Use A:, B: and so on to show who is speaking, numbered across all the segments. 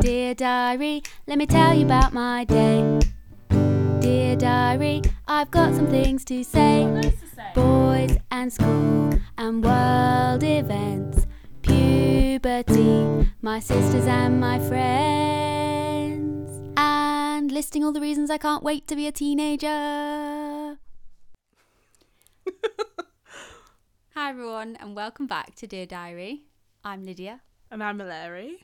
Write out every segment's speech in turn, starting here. A: diary, let me tell you about my day. Dear diary, I've got some things to say. Boys and school and world events, puberty, my sisters and my friends, and listing all the reasons I can't wait to be a teenager. Hi, everyone, and welcome back to Dear Diary. I'm Lydia.
B: And I'm Larry.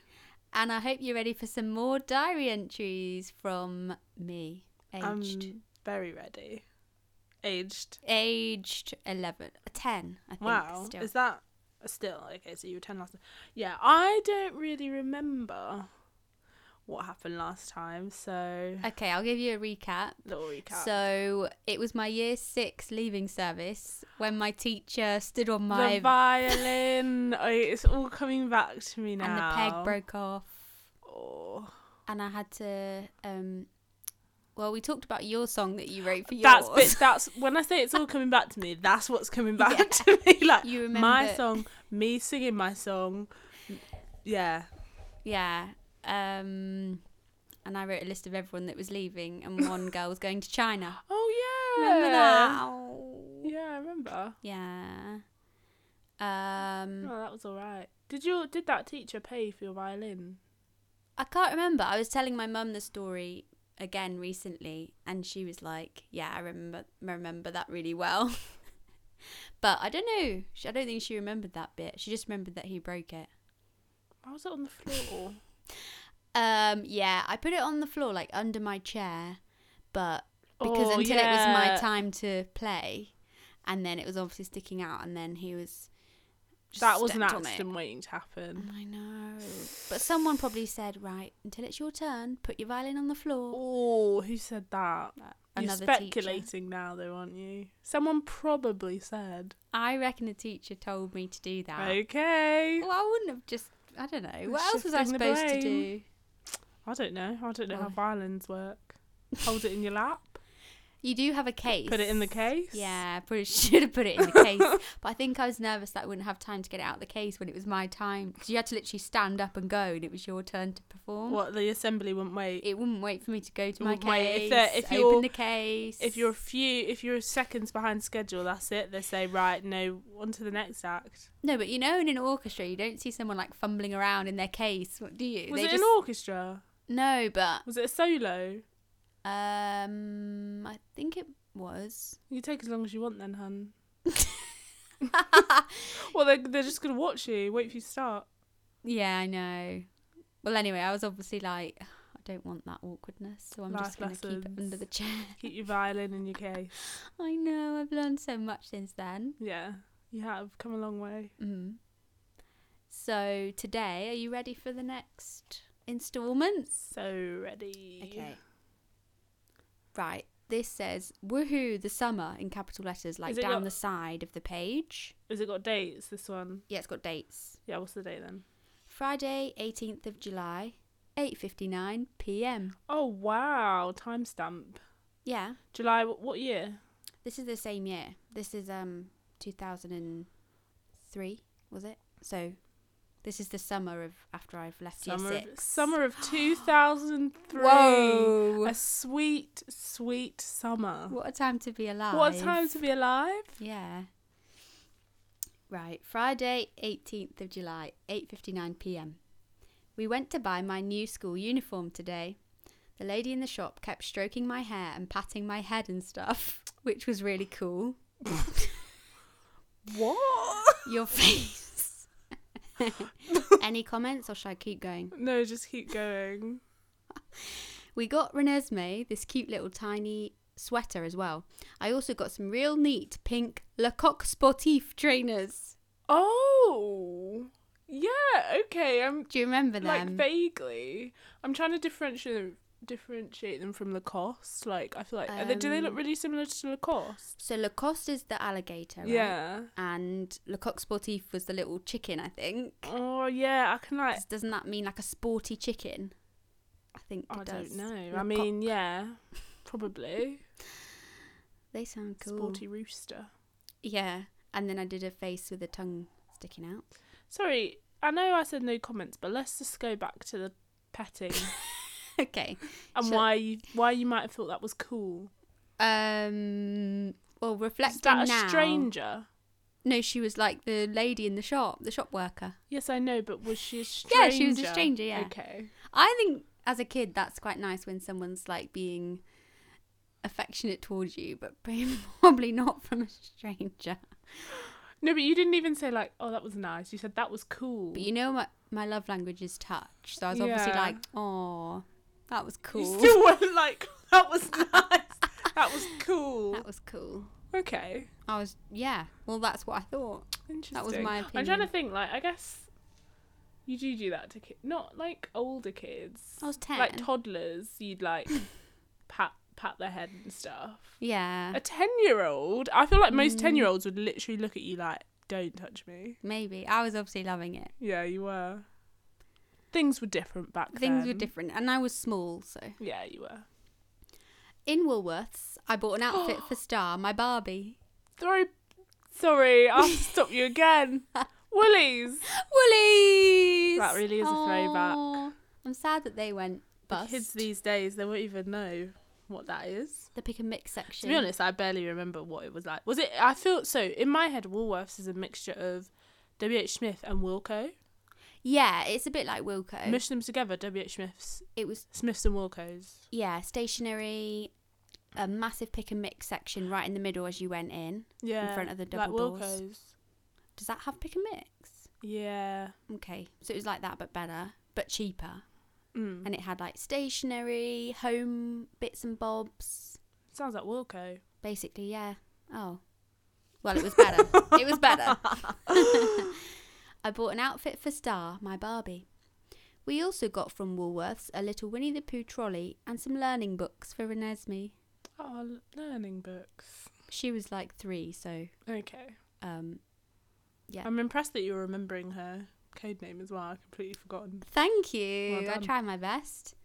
A: And I hope you're ready for some more diary entries from me, aged
B: I'm very ready. Aged.
A: aged 11, 10, I think.
B: Wow.
A: Still.
B: Is that still okay? So you were ten last. Yeah, I don't really remember what happened last time. So
A: Okay, I'll give you a recap.
B: little recap.
A: So it was my year six leaving service when my teacher stood on my
B: the violin. oh, it's all coming back to me now.
A: and the peg broke off,
B: Oh,
A: and I had to. um Well, we talked about your song that you wrote for yours.
B: that's bit. That's when I say it's all coming back to me. That's what's coming back
A: Yeah.
B: to me. Like
A: You
B: my
A: remember-
B: song, me singing my song. Yeah.
A: Yeah. Um and I wrote a list of everyone that was leaving and one girl was going to China.
B: Oh yeah.
A: Remember that?
B: Yeah, I remember.
A: Yeah. Um Mm.
B: Oh, that was all right. Did you did that teacher pay for your violin?
A: I can't remember. I was telling my mum the story again recently and she was like, "Yeah, I remember remember that really well." but I don't know. She, I don't think she remembered that bit. She just remembered that he broke it.
B: Why was it on the floor?
A: Um yeah, I put it on the floor like under my chair, but because
B: Oh,
A: until it was my
B: yeah.
A: time to play, and then it was obviously sticking out, and then he was. just
B: that was an
A: stepped on it. Mm.
B: accident waiting to happen.
A: I know, but someone probably said, "Right, until it's your turn, put your violin on the floor."
B: Oh, who said that? You're
A: Another teacher.
B: speculating now, though, aren't you? Someone probably said.
A: I reckon a teacher told me to do that.
B: Okay.
A: Ah. Well, I wouldn't have just. I don't know. What else was I
B: Shifting the
A: supposed to
B: blame.
A: do?
B: I don't know. I don't know
A: Oh.
B: how violins work. Hold it in your lap.
A: You do have a case.
B: Put it in the case.
A: Yeah, probably should have put it in the case. but I think I was nervous that I wouldn't have time to get it out of the case when it was my time. Because you had to literally stand up and go, and it was your turn to perform.
B: What the assembly wouldn't wait.
A: It wouldn't wait for me to go to
B: It
A: my
B: wouldn't wait.
A: case.
B: If they're- if
A: open
B: you're-
A: the case.
B: if you're a few, if you're seconds behind schedule, that's it. They say right, no, on to the next act.
A: no, but you know, in an orchestra, you don't see someone like fumbling around in their case. What do you?
B: Was
A: they
B: it
A: just
B: an orchestra?
A: no, but
B: Was it a solo?
A: um, I think it was.
B: You take as long as you want, then, hun. Well, they're, they're just gonna watch you, wait for you to start.
A: yeah, I know. Well, anyway, I was obviously like, I don't want that awkwardness, so I'm just
B: Life
A: going to keep it
B: lessons.
A: under the chair.
B: Keep your violin in your case.
A: I know, I've learned so much since then.
B: Yeah, you have come a long way.
A: Mm. So, today, are you ready for the next installments?
B: So ready.
A: Okay. Right. This says woohoo the summer in capital letters, like
B: Is it
A: down
B: got-
A: the side of the page.
B: Has it got dates? This one.
A: Yeah, it's got dates.
B: Yeah. What's the date then?
A: Friday, 18th of July, 8:59 p.m.
B: Oh wow, timestamp.
A: Yeah.
B: July. wh- What year?
A: This is the same year. This is um 2003, was it? So this is the summer of after I've left
B: Summer.
A: year
B: Of,
A: 6.
B: summer of two thousand three.
A: Whoa.
B: A sweet, sweet summer.
A: What a time to be alive.
B: What a time to be alive.
A: Yeah. Right, Friday, 18th of July, 8:59 p.m. We went to buy my new school uniform today. The lady in the shop kept stroking my hair and patting my head and stuff, which was really cool.
B: What?
A: Your face. Any comments or should I keep going?
B: No, just keep going.
A: We got Renesmee this cute little tiny sweater as well. I also got some real neat pink Lecoq Sportif trainers.
B: Oh, yeah. Okay, I'm
A: Do you remember
B: like
A: them?
B: vaguely. I'm trying to differentiate differentiate them from Lacoste. Like I feel like are they- do they look
A: Um,
B: really similar to Lacoste?
A: So Lacoste is the alligator, right?
B: Yeah.
A: And Lecoq Sportif was the little chicken, I think.
B: Oh yeah, I can like.
A: Does- Doesn't that mean like a sporty chicken? I think it
B: I
A: does.
B: don't know. I
A: Lecoq.
B: mean, yeah, probably
A: they sound cool.
B: sporty rooster.
A: Yeah. And then I did a face with a tongue sticking out.
B: Sorry, I know I said no comments, but let's just go back to the petting
A: okay.
B: and
A: Shall-
B: why you why you might have thought that was cool.
A: Um. Well, reflecting
B: Is that a
A: now.
B: stranger?
A: No, she was like the lady in the shop, the shop worker.
B: Yes, I know, but was she a stranger?
A: Yeah, she was a stranger, yeah.
B: Okay.
A: I think as a kid, that's quite nice when someone's like being affectionate towards you, but probably not from a stranger.
B: No, but you didn't even say like, "Oh, that was nice." You said that was cool.
A: But you know, my my love language is touch, so I was obviously
B: Yeah.
A: like, oh, that was
B: You
A: cool.
B: still weren't like, "That was nice." that was cool.
A: that was cool.
B: Okay.
A: I was yeah. Well, that's what I thought.
B: Interesting.
A: my
B: I'm trying to
A: opinion.
B: think. Like, I guess you do do that to kids, not like older kids,
A: I was ten.
B: like toddlers. You'd like pat pat their head and stuff.
A: yeah, Mm.
B: A ten year old. I feel like most ten year olds would literally look at you like, "Don't touch me."
A: maybe. I was obviously loving it.
B: Yeah, you were. Things were different back then.
A: Things were different, and I was small, so.
B: Yeah, you were.
A: In Woolworths, I bought an outfit for Star, my Barbie.
B: Sorry, sorry. I have to stop you again. Woolies.
A: Woolies!
B: That really is a throwback.
A: Aw. I'm sad that they went
B: The
A: bust.
B: kids these days, they won't even know what that is.
A: the pick and mix
B: To
A: section.
B: be honest, I barely remember what it was like. Was it? I feel so. In my head, Woolworths is a mixture of W. H. Smith and Wilco.
A: Yeah, it's a bit like Wilco.
B: Mush them together, W. H. Smiths,
A: it was,
B: Smiths and Wilcos.
A: yeah, stationary, a massive pick and mix section right in the middle as you went in.
B: Yeah,
A: front of the double
B: like
A: doors.
B: Wilcos.
A: Does that have pick and mix?
B: Yeah.
A: Okay, so it was like that, but better, but cheaper.
B: Mm.
A: And it had like stationery, home bits and bobs.
B: Sounds like Wilco.
A: Basically, yeah. Oh. Well, it was better. it was better. I bought an outfit for Star, my Barbie. We also got from Woolworths a little Winnie the Pooh trolley and some learning books for Renesmee.
B: Oh, learning books.
A: She was like three, so
B: Okay.
A: um, Yeah.
B: I'm impressed that you're remembering her code name as well. I completely forgotten.
A: thank you.
B: Well
A: I
B: done.
A: try my best.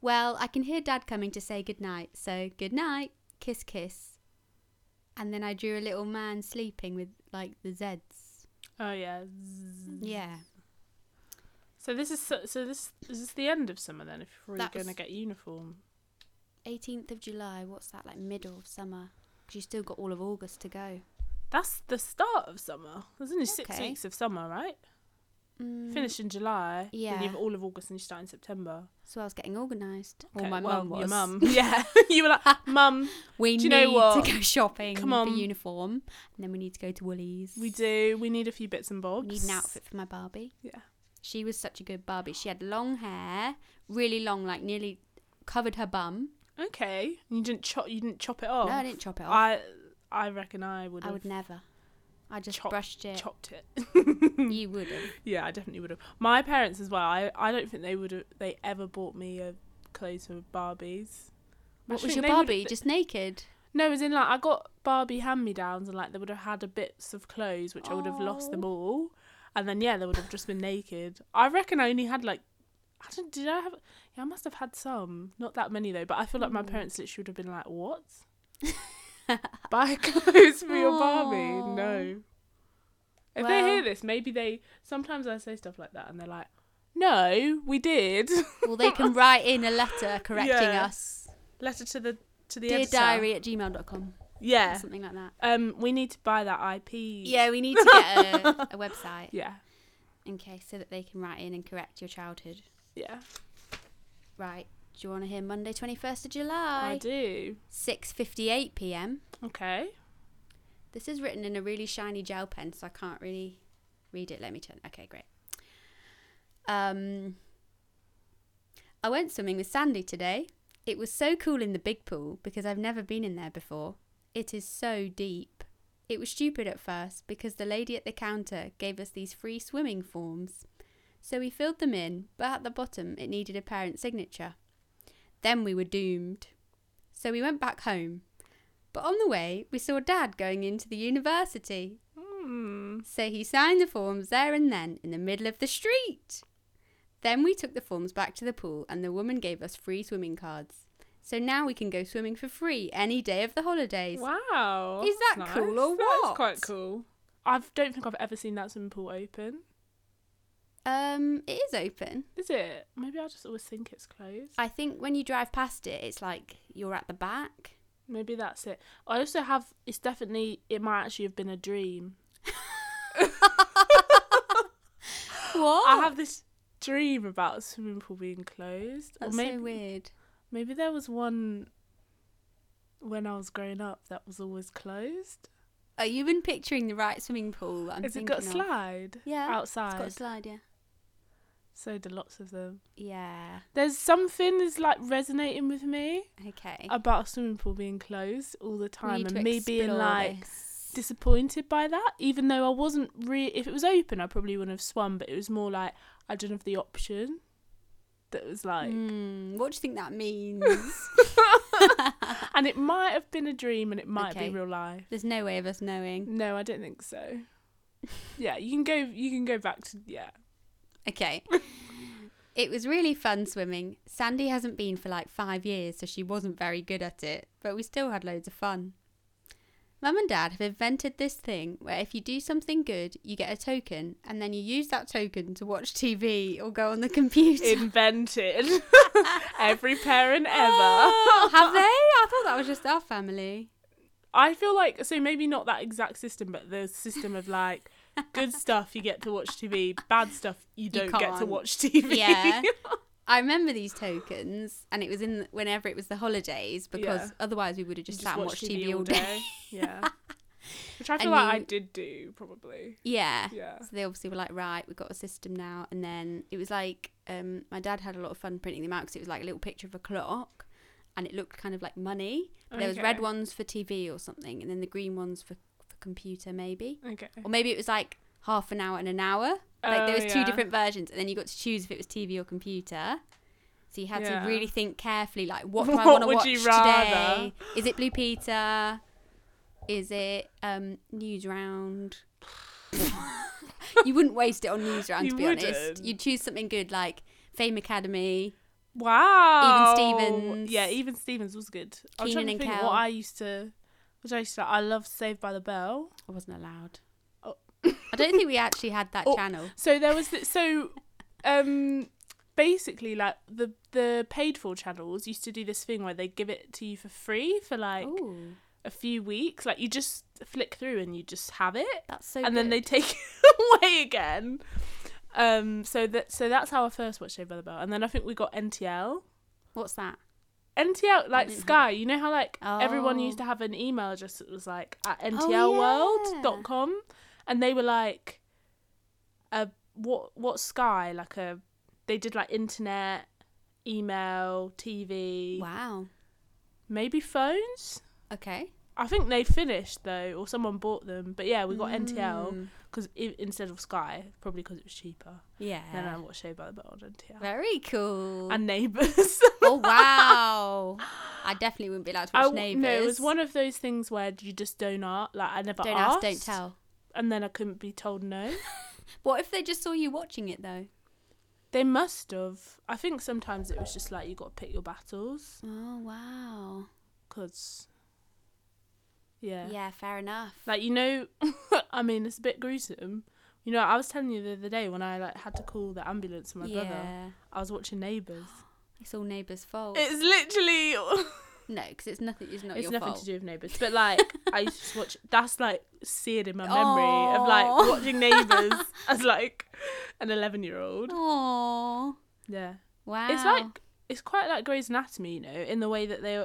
A: Well, I can hear Dad coming to say goodnight, so good night, kiss, kiss. And then I drew a little man sleeping with like the Zs.
B: Oh yeah.
A: Yeah.
B: So this is so, so this is this the end of summer then? If we're
A: That was-
B: going to get uniform.
A: 18th of July, what's that, like middle of summer? Because you still got all of August to go.
B: That's the start of summer. There's only six
A: Okay.
B: weeks of summer, right?
A: Mm,
B: Finish in July. Then
A: Yeah.
B: you have all of August and you start in September.
A: So I was getting organised. Or
B: Okay,
A: my
B: well,
A: mum was.
B: Your mum. Yeah. you were like, mum,
A: We
B: Do
A: need
B: you know what?
A: to go shopping
B: Come
A: for
B: on.
A: uniform. And then we need to go to Woolies.
B: we do. We need a few bits and bobs.
A: We need an outfit for my Barbie.
B: Yeah.
A: She was such a good Barbie. She had long hair, really long, like nearly covered her bum.
B: Okay. You didn't chop. You didn't chop it off.
A: No, I didn't chop it off.
B: Oh, I I reckon I would
A: I,
B: have
A: would never. I just
B: Chop-
A: brushed it.
B: chopped Mm. it.
A: You would have.
B: Yeah, I definitely would have. My parents as well. I, I don't think they would have. They ever bought me a clothes for Barbies. I
A: What was
B: think
A: your
B: they would've-
A: Barbie? Just naked?
B: no, as in like I got Barbie hand me downs and like they would have had a bits of clothes which I would have lost them all, and then yeah, they would have just been naked. I reckon I only had like. I don't, did I have? Yeah, I must have had some. Not that many though, but I feel like my
A: Ooh.
B: parents literally would have been like, "What? Buy clothes for your Barbie?
A: Aw.
B: No." If
A: Well-
B: they hear this, maybe they. Sometimes I say stuff like that, and they're like, "No, we did."
A: Well, they can write in a letter correcting
B: Yeah.
A: us.
B: Letter to the to the
A: Dear
B: editor.
A: diary at gmail.com. Or
B: Yeah.
A: something like that.
B: Um, we need to buy that IP.
A: Yeah, we need to get a, a website.
B: Yeah.
A: Okay, so that they can write in and correct your childhood.
B: Yeah.
A: Right. Do you want to hear Monday, 21st of July?
B: I, do.
A: 6:58 p.m.
B: Okay.
A: This is written in a really shiny gel pen, so I can't really read it. Let me turn. Okay, great. Um I went swimming with Sandy today. It was so cool in the big pool because I've never been in there before. It is so deep. It was stupid at first because the lady at the counter gave us these free swimming forms. So we filled them in, but at the bottom it needed a parent signature. Then we were doomed. So we went back home. But on the way, we saw Dad going into the university.
B: Hmm.
A: So he signed the forms there and then in the middle of the street. Then we took the forms back to the pool and the woman gave us free swimming cards. So now we can go swimming for free any day of the holidays.
B: Wow.
A: Is
B: that's
A: that cool
B: nice.
A: or
B: That is
A: what?
B: quite cool. I don't think I've ever seen that swimming pool open.
A: Um, it is open.
B: Is it? Maybe I just always think it's closed.
A: I think when you drive past it, it's like you're at the back.
B: Maybe that's it. I also have. It's definitely. It might actually have been a dream.
A: What?
B: I have this dream about a swimming pool being closed.
A: That's
B: maybe,
A: so weird.
B: Maybe there was one when I was growing up that was always closed.
A: Are you been picturing the right swimming pool? that I'm
B: Has it
A: thinking
B: got a
A: of?
B: slide
A: Yeah, it's
B: outside?
A: got a slide. Yeah.
B: so do lots of them.
A: Yeah.
B: There's something that's like resonating with me
A: Okay.
B: about a swimming pool being closed all the
A: We
B: time,
A: need
B: and
A: to
B: me being
A: explore
B: like
A: this.
B: disappointed by that. Even though I wasn't really, if it was open, I probably wouldn't have swum. But it was more like I didn't have the option. That was like,
A: Hmm, what do you think that means?
B: and it might have been a dream, and it might
A: Okay.
B: be real life.
A: There's no way of us knowing.
B: No, I don't think so. yeah, you can go. You can go back to yeah.
A: Okay. it was really fun swimming. Sandy hasn't been for like five years, so she wasn't very good at it, but we still had loads of fun. Mum and Dad have invented this thing where if you do something good, you get a token, and then you use that token to watch TV or go on the computer.
B: Invented every parent ever.
A: Oh, have they? I thought that was just our family.
B: I feel like so maybe not that exact system, but the system of like good stuff you get to watch TV, bad stuff you don't get to
A: can't.
B: watch TV.
A: Yeah. I remember these tokens, and it was in whenever it was the holidays because
B: Yeah.
A: otherwise we would have
B: You
A: just, sat and watched TV, all day.
B: yeah. Which I
A: And
B: feel like I
A: you-
B: did do probably.
A: Yeah.
B: Yeah.
A: So they obviously were like, right, we've got a system now. And then it was like, um, my dad had a lot of fun printing them out because it was like a little picture of a clock and it looked kind of like money. But There was red
B: Okay.
A: ones for TV or something, and then the green ones for, for computer, maybe.
B: Okay.
A: Or maybe it was like half an hour and an hour. Like there
B: Oh,
A: was two
B: yeah.
A: different versions, and then you got to choose if it was TV or computer. So you had
B: Yeah.
A: to really think carefully, like what do I
B: What
A: want to
B: would
A: watch
B: you
A: today? Is it Blue Peter? Is it um, News Round? you wouldn't waste it on News Round,
B: You
A: to be honest.
B: wouldn't.
A: You'd choose something good like Fame Academy.
B: Wow.
A: Stevens.
B: Yeah, even Stevens was good. I was
A: Keenan
B: trying to
A: and
B: think
A: Kel.
B: what I used to which I used to I loved Saved by the Bell.
A: I wasn't allowed.
B: Oh.
A: I don't think we actually had that
B: Oh.
A: channel.
B: So there was th- so um basically like the the paid for channels used to do this thing where they give it to you for free for like
A: Ooh,
B: a few weeks like you just flick through and you just have it
A: that's so.
B: and then they
A: good.
B: take it away again. Um so that so that's how I first watched Saved by the Bell and then I think we got NTL.
A: what's that?
B: NTL like
A: didn't have
B: Sky, you know how like everyone
A: Mm-hmm. Oh.
B: used to have an email address that was like at
A: yeah.
B: ntlworld.com and they were like a what what Sky like a they did like internet, email, TV,
A: Wow.
B: maybe phones.
A: Okay.
B: I think they finished though or someone bought them. But yeah, we got NTL
A: Mm.
B: cuz instead of Sky, probably because it was cheaper.
A: Yeah.
B: And then I watched Shea by the Bell on NTL.
A: Very cool.
B: And neighbours.
A: oh wow! I definitely wouldn't be allowed to
B: I
A: watch
B: w-
A: neighbours.
B: No, it was one of those things where you just don't ask. Like I never
A: Don't ask,
B: asked.
A: don't tell.
B: And then I couldn't be told no.
A: What if they just saw you watching it though?
B: they must have. I think sometimes it was just like you got to pick your battles
A: Oh wow!
B: because, yeah.
A: Yeah, fair enough.
B: like you know, I mean it's a bit gruesome. You know, I was telling you the other day when I like had to call the ambulance for my
A: yeah,
B: brother. I was watching Neighbours.
A: it's all neighbours' fault.
B: It's literally
A: no, because it's nothing. It's not
B: it's
A: your
B: nothing
A: fault.
B: to do with Neighbours, but like I used to just watch. That's like seared in my memory of like
A: Aw.
B: watching Neighbours as like an eleven-year-old.
A: Aww.
B: Yeah,
A: Wow.
B: it's like it's quite like Grey's Anatomy, you know, in the way that they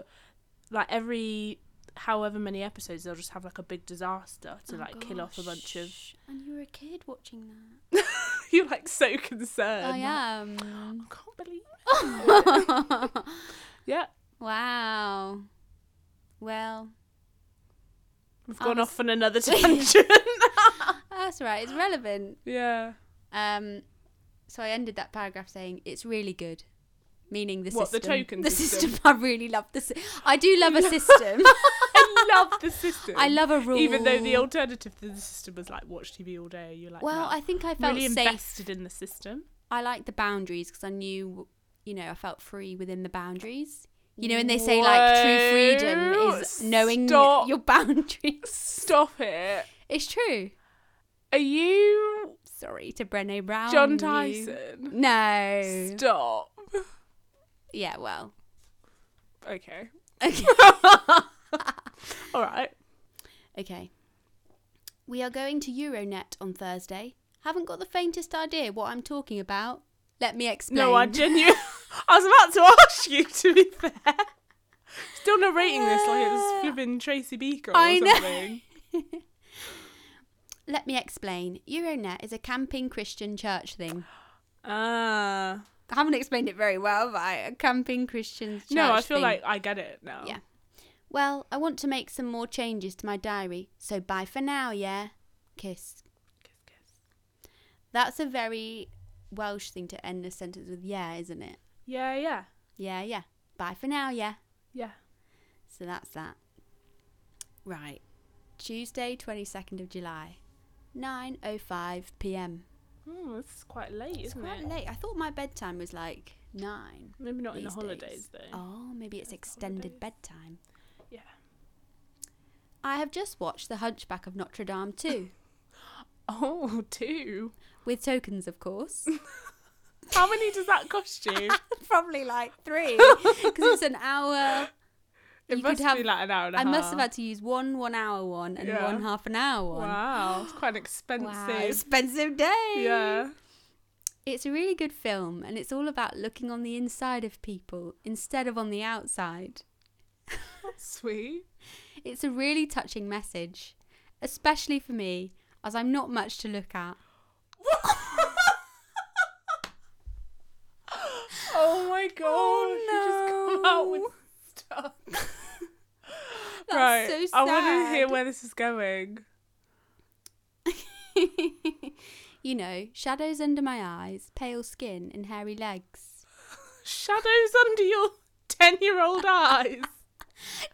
B: like every however many episodes they'll just have like a big disaster to
A: Oh,
B: like kill off a bunch of.
A: gosh. And you were a kid watching that.
B: You're like so concerned.
A: I am.
B: I can't believe. Yeah,
A: wow. Well,
B: we've
A: I
B: gone
A: was-
B: off on another tangent.
A: that's right. It's relevant.
B: yeah.
A: Um, so I ended that paragraph saying it's really good, meaning the
B: What, the
A: system.
B: token
A: the
B: system?
A: system. I really love this. I do love a system.
B: I love the system.
A: I love a rule.
B: Even though the alternative to the system was like watch TV all day, you're like,
A: well,
B: nah,
A: I think I felt
B: really
A: safe.
B: invested in the system.
A: I like the boundaries because I knew, you know, I felt free within the boundaries. You know, and they say like true freedom
B: Whoa,
A: is knowing
B: stop.
A: your boundaries.
B: Stop it.
A: It's true.
B: Are you
A: Sorry to Brené Brown.
B: John
A: you-
B: Tyson.
A: No.
B: Stop.
A: yeah, well.
B: Okay.
A: Okay.
B: All right.
A: okay. We are going to Euronet on Thursday. Haven't got the faintest idea what I'm talking about. Let me explain.
B: No, I genuinely. I was about to ask you. To be fair, still narrating this like it was flipping Tracy Beaker or
A: I know.
B: something.
A: Let me explain. Euronet is a camping Christian church thing.
B: Ah.
A: I haven't explained it very well, but I, a camping Christian church
B: no, I feel
A: thing.
B: like I get it now.
A: Yeah. Well, I want to make some more changes to my diary, so bye for now, yeah? Kiss.
B: Kiss, kiss.
A: That's a very Welsh thing to end a sentence with, yeah, isn't it?
B: Yeah, yeah,
A: Yeah, yeah. Bye for now, yeah?
B: yeah.
A: So that's that. Right. Tuesday, 22nd of July, 9.05 pm.
B: Hmm, this is quite late,
A: It's
B: isn't
A: quite
B: it?
A: late. I thought my bedtime was like 9.
B: Maybe not in the
A: these
B: holidays
A: days.
B: though.
A: Oh, maybe it's
B: That's
A: extended
B: holidays.
A: bedtime.
B: Yeah.
A: I have just watched The Hunchback of Notre Dame too,
B: Oh, two.
A: with tokens, of course.
B: How many does that cost you?
A: Probably like three, because it's an hour.
B: It
A: You could
B: must
A: have-
B: be like an hour and a
A: I
B: half.
A: must have had to use one one hour one and
B: Uh-huh. Yeah.
A: one half an hour one.
B: Wow, it's quite an
A: Wow,
B: expensive.
A: expensive day.
B: Yeah.
A: It's a really good film, and it's all about looking on the inside of people instead of on the outside.
B: Sweet.
A: It's a really touching message, especially for me, as I'm not much to look at.
B: oh my god!
A: no.
B: You just come out with stuff.
A: That's
B: right.
A: so sad.
B: I want to hear where this is going.
A: you know, shadows under my eyes, pale skin, and hairy legs.
B: Shadows under your ten-year-old eyes.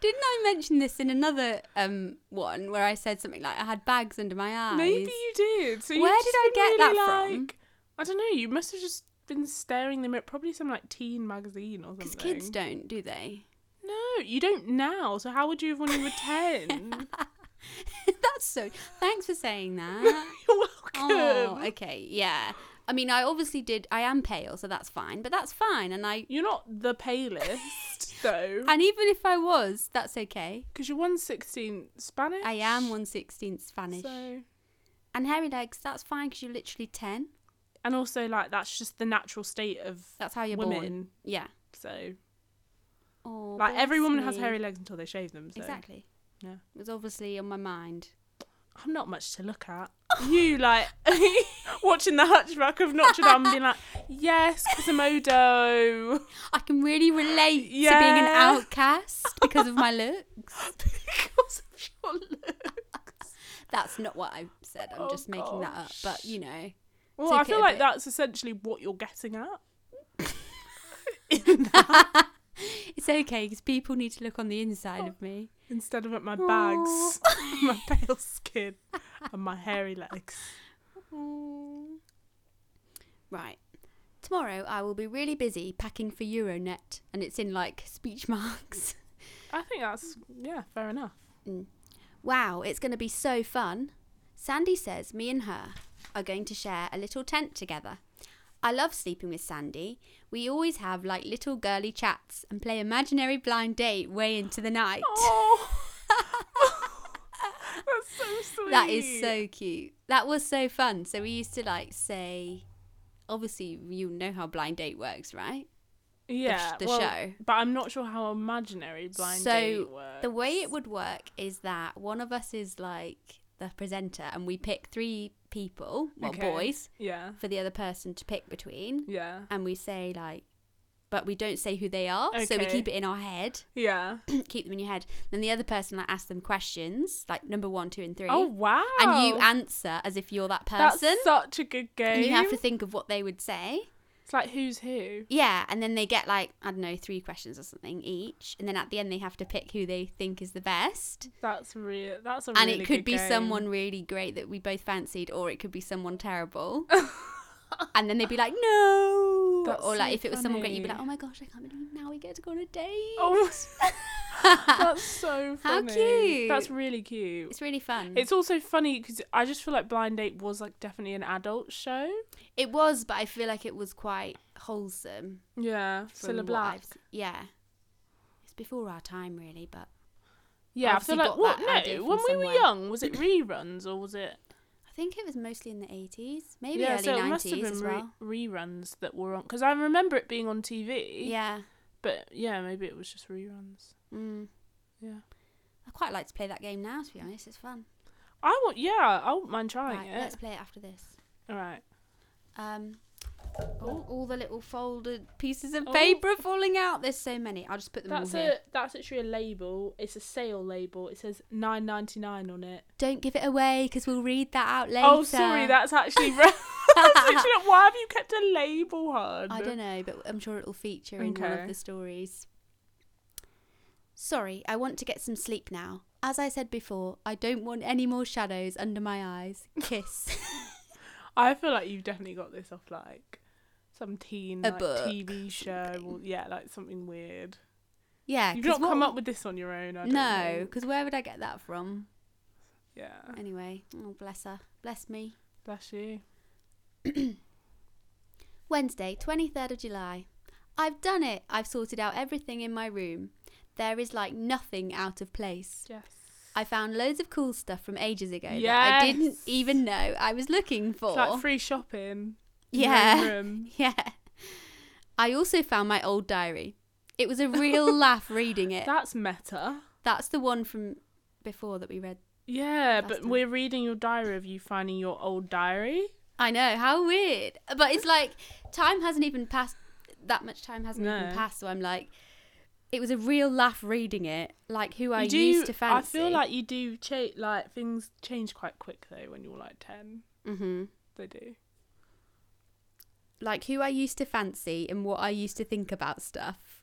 A: Didn't I mention this in another um one where I said something like I had bags under my eyes?
B: Maybe you did. So you
A: Where
B: just
A: did I
B: been
A: get
B: really
A: that from?
B: like- I don't know. You must have just been staring them at probably some like teen magazine or
A: because
B: something.
A: kids don't, do they?
B: No, you don't now. So how would you have when you were ten?
A: Uh, That's so. Thanks for saying that.
B: You're welcome.
A: oh, okay, yeah. I mean, I obviously did. I am pale, so that's fine. But that's fine, and I
B: You're not the palest though,
A: and even if I was, that's okay.
B: because you're one sixteen Spanish.
A: I am one sixteenth Spanish,
B: So,
A: and hairy legs. That's fine because you're literally ten.
B: and also like that's just the natural state of
A: That's how you're
B: women.
A: born. Yeah.
B: So
A: Oh,
B: like every
A: bless
B: woman has
A: me.
B: hairy legs until they shave them. So
A: Exactly.
B: Yeah.
A: It was obviously on my mind.
B: I'm not much to look at. You like watching the Hunchback of Notre Dame, and being like, yes, Quasimodo.
A: I can really relate to being an
B: Yeah.
A: outcast because of my looks.
B: because of your looks.
A: That's not what I said. I'm
B: Oh,
A: just making that up. But
B: gosh.
A: you know,
B: Well,
A: Took
B: I
A: it
B: feel
A: a
B: like
A: bit.
B: that's essentially what you're getting at.
A: it's okay because people need to look on the inside of me.
B: Instead of at my bags, my pale skin, and my hairy legs.
A: Right. Tomorrow I will be really busy packing for Euronet, and it's in like speech marks.
B: I think that's yeah, fair enough.
A: Wow, it's going to be so fun. Sandy says me and her are going to share a little tent together. I love sleeping with Sandy. We always have like little girly chats and play imaginary blind date way into the night.
B: Oh, that's so sweet.
A: That is so cute. That was so fun. So we used to like say, obviously, you know how blind date works, right?
B: yeah.
A: the
B: well,
A: show.
B: but I'm not sure how imaginary blind
A: So,
B: date works.
A: The way it would work is that one of us is like the presenter and we pick three people, well,
B: Okay.
A: boys,
B: yeah,
A: for the other person to pick between.
B: yeah,
A: And we say, like, but we don't say who they are. So we
B: Okay.
A: keep it in our head,
B: yeah.
A: keep them in your head. Then the other person, like, asks them questions, like number one, two, and three.
B: Oh wow!
A: And you answer as if you're that
B: that's
A: person.
B: such a good game.
A: and you have to think of what they would say.
B: It's like who's who.
A: Yeah, and then they get like I don't know three questions or something each, and then at the end they have to pick who they think is the best,
B: That's real. That's a
A: and
B: really
A: it could
B: good
A: be
B: game.
A: someone really great that we both fancied, or it could be someone terrible, and then they'd be like, "No,
B: Ooh,
A: But,
B: that's
A: or like
B: so
A: if it was someone great, you'd be
B: funny.
A: like, oh my gosh, I can't believe now we get to go on a date.
B: Oh, that's so
A: How
B: funny.
A: cute.
B: That's really cute.
A: it's really fun.
B: It's also funny because I just feel like Blind Date was like definitely an adult show.
A: it was, but I feel like it was quite wholesome.
B: Yeah,
A: from
B: Cilla
A: what
B: Black.
A: I've- yeah. It's before our time, really, but
B: Yeah, I
A: obviously
B: feel like
A: got
B: what?
A: that idea
B: No,
A: from
B: when we were
A: somewhere.
B: young, was it reruns or was it?
A: I think it was mostly in the 80s, maybe
B: yeah,
A: early
B: so it
A: 90s
B: must have been
A: as
B: re-
A: well.
B: reruns that were on because I remember it being on TV.
A: Yeah.
B: but yeah, maybe it was just reruns.
A: Mm.
B: Yeah,
A: I quite like to play that game now, to be honest. It's fun.
B: I want. Yeah, I wouldn't mind trying
A: Right,
B: it.
A: let's play it after this.
B: All right.
A: Um, oh, all the little folded pieces of
B: Oh.
A: paper are falling out. There's so many. I'll just put them
B: That's
A: all here.
B: a that's actually a label. It's a sale label. It says nine ninety nine on it.
A: Don't give it away because we'll read that out later.
B: Oh, sorry, that's actually. Re- that's literally not- why have you kept a label hard?
A: I don't know, but I'm sure it'll feature in one
B: Okay.
A: of the stories. Sorry, I want to get some sleep now. As I said before, I don't want any more shadows under my eyes. Kiss.
B: I feel like you've definitely got this off like some teen
A: A
B: like,
A: book,
B: TV show. Or,
A: something.
B: yeah, like something weird.
A: yeah.
B: You've
A: 'cause
B: not come
A: what-
B: up with this on your own. I don't
A: No,
B: think.
A: because where would I get that from?
B: Yeah.
A: Anyway, oh, bless her. Bless me.
B: Bless you.
A: Wednesday, 23rd of July. I've done it. I've sorted out everything in my room. There is like nothing out of place.
B: Yes.
A: I found loads of cool stuff from ages ago that I didn't
B: Yes.
A: even know I was looking for.
B: It's like free shopping. in your own
A: yeah.
B: room.
A: Yeah. I also found my old diary. It was a real laugh reading it.
B: That's meta.
A: That's the one from before that we read.
B: Yeah,
A: Last
B: but
A: time.
B: we're reading your diary of you finding your old diary.
A: I know, how weird. But it's like time hasn't even passed that much time hasn't even
B: No.
A: passed, so I'm like it was a real laugh reading it, like who I
B: You do-
A: used to
B: I
A: fancy.
B: feel like you do cha- like things change quite quick though when you're like ten.
A: hmm
B: They do.
A: like who I used to fancy and what I used to think about stuff.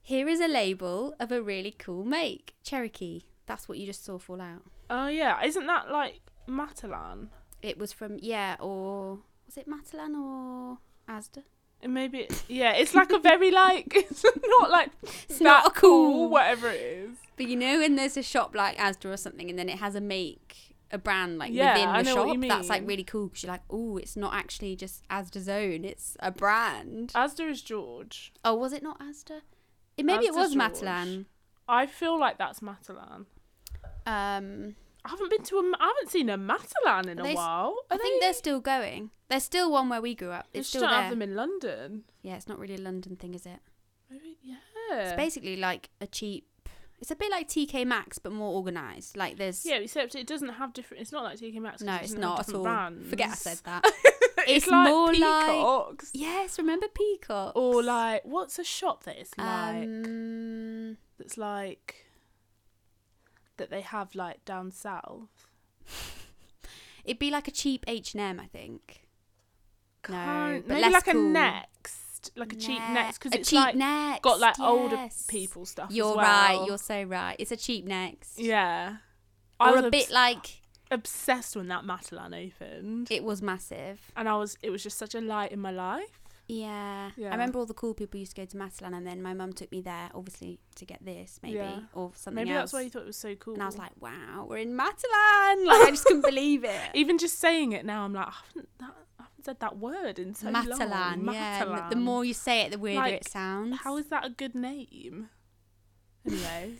A: Here is a label of a really cool make, Cherokee. That's what you just saw fall out.
B: Oh yeah, isn't that like Matalan?
A: It was from yeah, or was it Matalan or Asda?
B: And maybe it, yeah, it's like a very like it's not like
A: It's
B: that
A: not
B: cool,
A: cool.
B: whatever it is.
A: But you know, when there's a shop like Asda or something, and then it has a make a brand like
B: Yeah,
A: within
B: I
A: the
B: know
A: shop,
B: what you
A: that's like
B: mean.
A: really cool because you're like, oh, it's not actually just Asda's own; it's a brand.
B: Asda is George.
A: oh, was it not Asda? It, maybe it was
B: Asda's George.
A: Matalan.
B: I feel like that's Matalan.
A: Um,
B: I haven't been to a I haven't seen a Matalan in
A: They
B: a
A: s-
B: while.
A: I
B: Are
A: think
B: they-
A: they're still going. There's still one where we grew up.
B: you
A: It's
B: just
A: still
B: don't
A: there.
B: have them in London.
A: yeah, it's not really a London thing, is it?
B: Maybe yeah.
A: It's basically like a cheap. It's a bit like TK Maxx, but more organised. Like there's
B: Yeah, except it doesn't have different. It's not like TK Maxx. 'cause
A: no,
B: it
A: it's
B: doesn't have
A: not at
B: different
A: all.
B: Brands.
A: Forget I said that.
B: it's,
A: It's
B: like
A: more like-
B: peacocks.
A: yes, remember Peacock
B: Or like, what's a shop that it's like?
A: Um,
B: that's like that they have like down south.
A: It'd be like a cheap H and M, I think. No, but
B: maybe
A: less
B: like
A: cool.
B: a next, like a cheap
A: Ne-
B: next,
A: a
B: because it's
A: cheap
B: like
A: next,
B: got like older
A: yes.
B: people stuff. as
A: You're right.
B: well.
A: You're so right. It's a cheap next.
B: yeah. I
A: Or
B: was
A: a bit
B: obs-
A: like
B: obsessed when that Matalan opened,
A: it was massive.
B: and I was it was just such a light in my life.
A: Yeah.
B: Yeah.
A: I remember all the cool people used to go to Matalan, and then my mum took me there, obviously to get this, maybe
B: Yeah.
A: or something
B: Maybe
A: else.
B: that's why you thought it was so cool.
A: and I was like, "Wow, we're in Matalan!" Like I just couldn't believe it.
B: even just saying it now, I'm like, I haven't, that, I haven't said that word in so long.
A: Matalan, yeah. and The
B: Matalan.
A: more you say it, the weirder
B: Like,
A: it sounds.
B: How is that a good name? Anyway,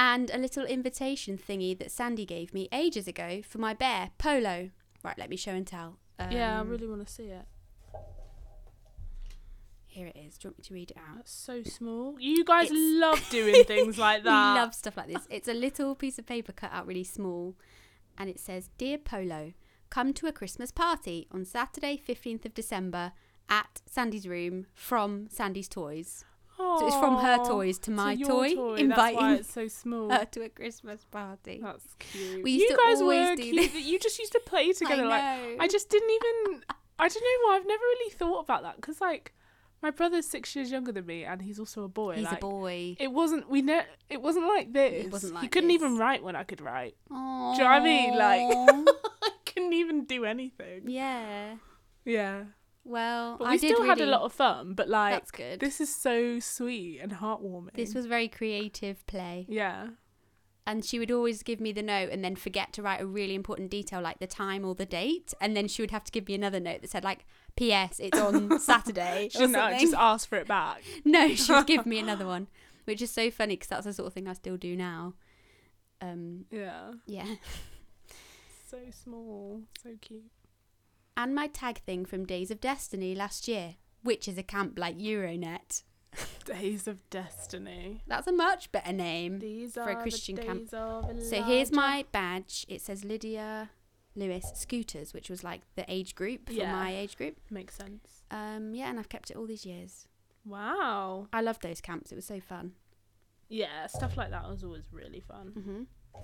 A: and a little invitation thingy that Sandy gave me ages ago for my bear, Polo. Right, let me show and tell. Um,
B: yeah, I really want to see it.
A: Here it is. Do you want me to read it out?
B: That's so small. You guys
A: It's-
B: love doing things like that.
A: We love stuff like this. It's a little piece of paper cut out really small, and it says, "Dear Polo, come to a Christmas party on Saturday, fifteenth of December." At Sandy's room from Sandy's toys. So it's from her
B: Aw,
A: toys to
B: to
A: my
B: your
A: toy,
B: That's why
A: inviting
B: it's so small.
A: her to a Christmas party.
B: That's cute.
A: We used
B: you
A: to
B: guys
A: always
B: were
A: do
B: cute. You just used to play together. like
A: know.
B: I just didn't even. I don't know why. I've never really thought about that because like my brother's six years younger than me, and he's also a boy.
A: He's
B: like,
A: a boy.
B: It wasn't. We ne- It wasn't like this.
A: wasn't
B: He
A: like
B: couldn't
A: this.
B: even write when I could write.
A: Aww.
B: Do you know what I mean? Like I couldn't even do anything.
A: yeah.
B: Yeah.
A: Well,
B: But
A: I
B: we
A: did
B: still had a
A: really-
B: lot of fun. But like,
A: That's good.
B: this is so sweet and heartwarming.
A: This was very creative play.
B: yeah.
A: And she would always give me the note and then forget to write a really important detail like the time or the date. And then she would have to give me another note that said, like, P.S. It's on Saturday.
B: She
A: or
B: didn't like,
A: something.
B: just ask for it back.
A: No, she would give me another one, which is so funny because that's the sort of thing I still do now. Um,
B: Yeah.
A: yeah.
B: So small, so cute.
A: And my tag thing from Days of Destiny last year, which is a camp like Euronet.
B: Days of Destiny.
A: That's a much better name.
B: These
A: For a Christian camp.
B: camp.
A: So here's my badge. It says Lydia Lewis Scooters, which was like the age group for
B: Yeah.
A: my age group.
B: Makes sense.
A: Um, yeah, and I've kept it all these years.
B: Wow.
A: I loved those camps. It was so fun.
B: Yeah, stuff like that was always really fun.
A: hmm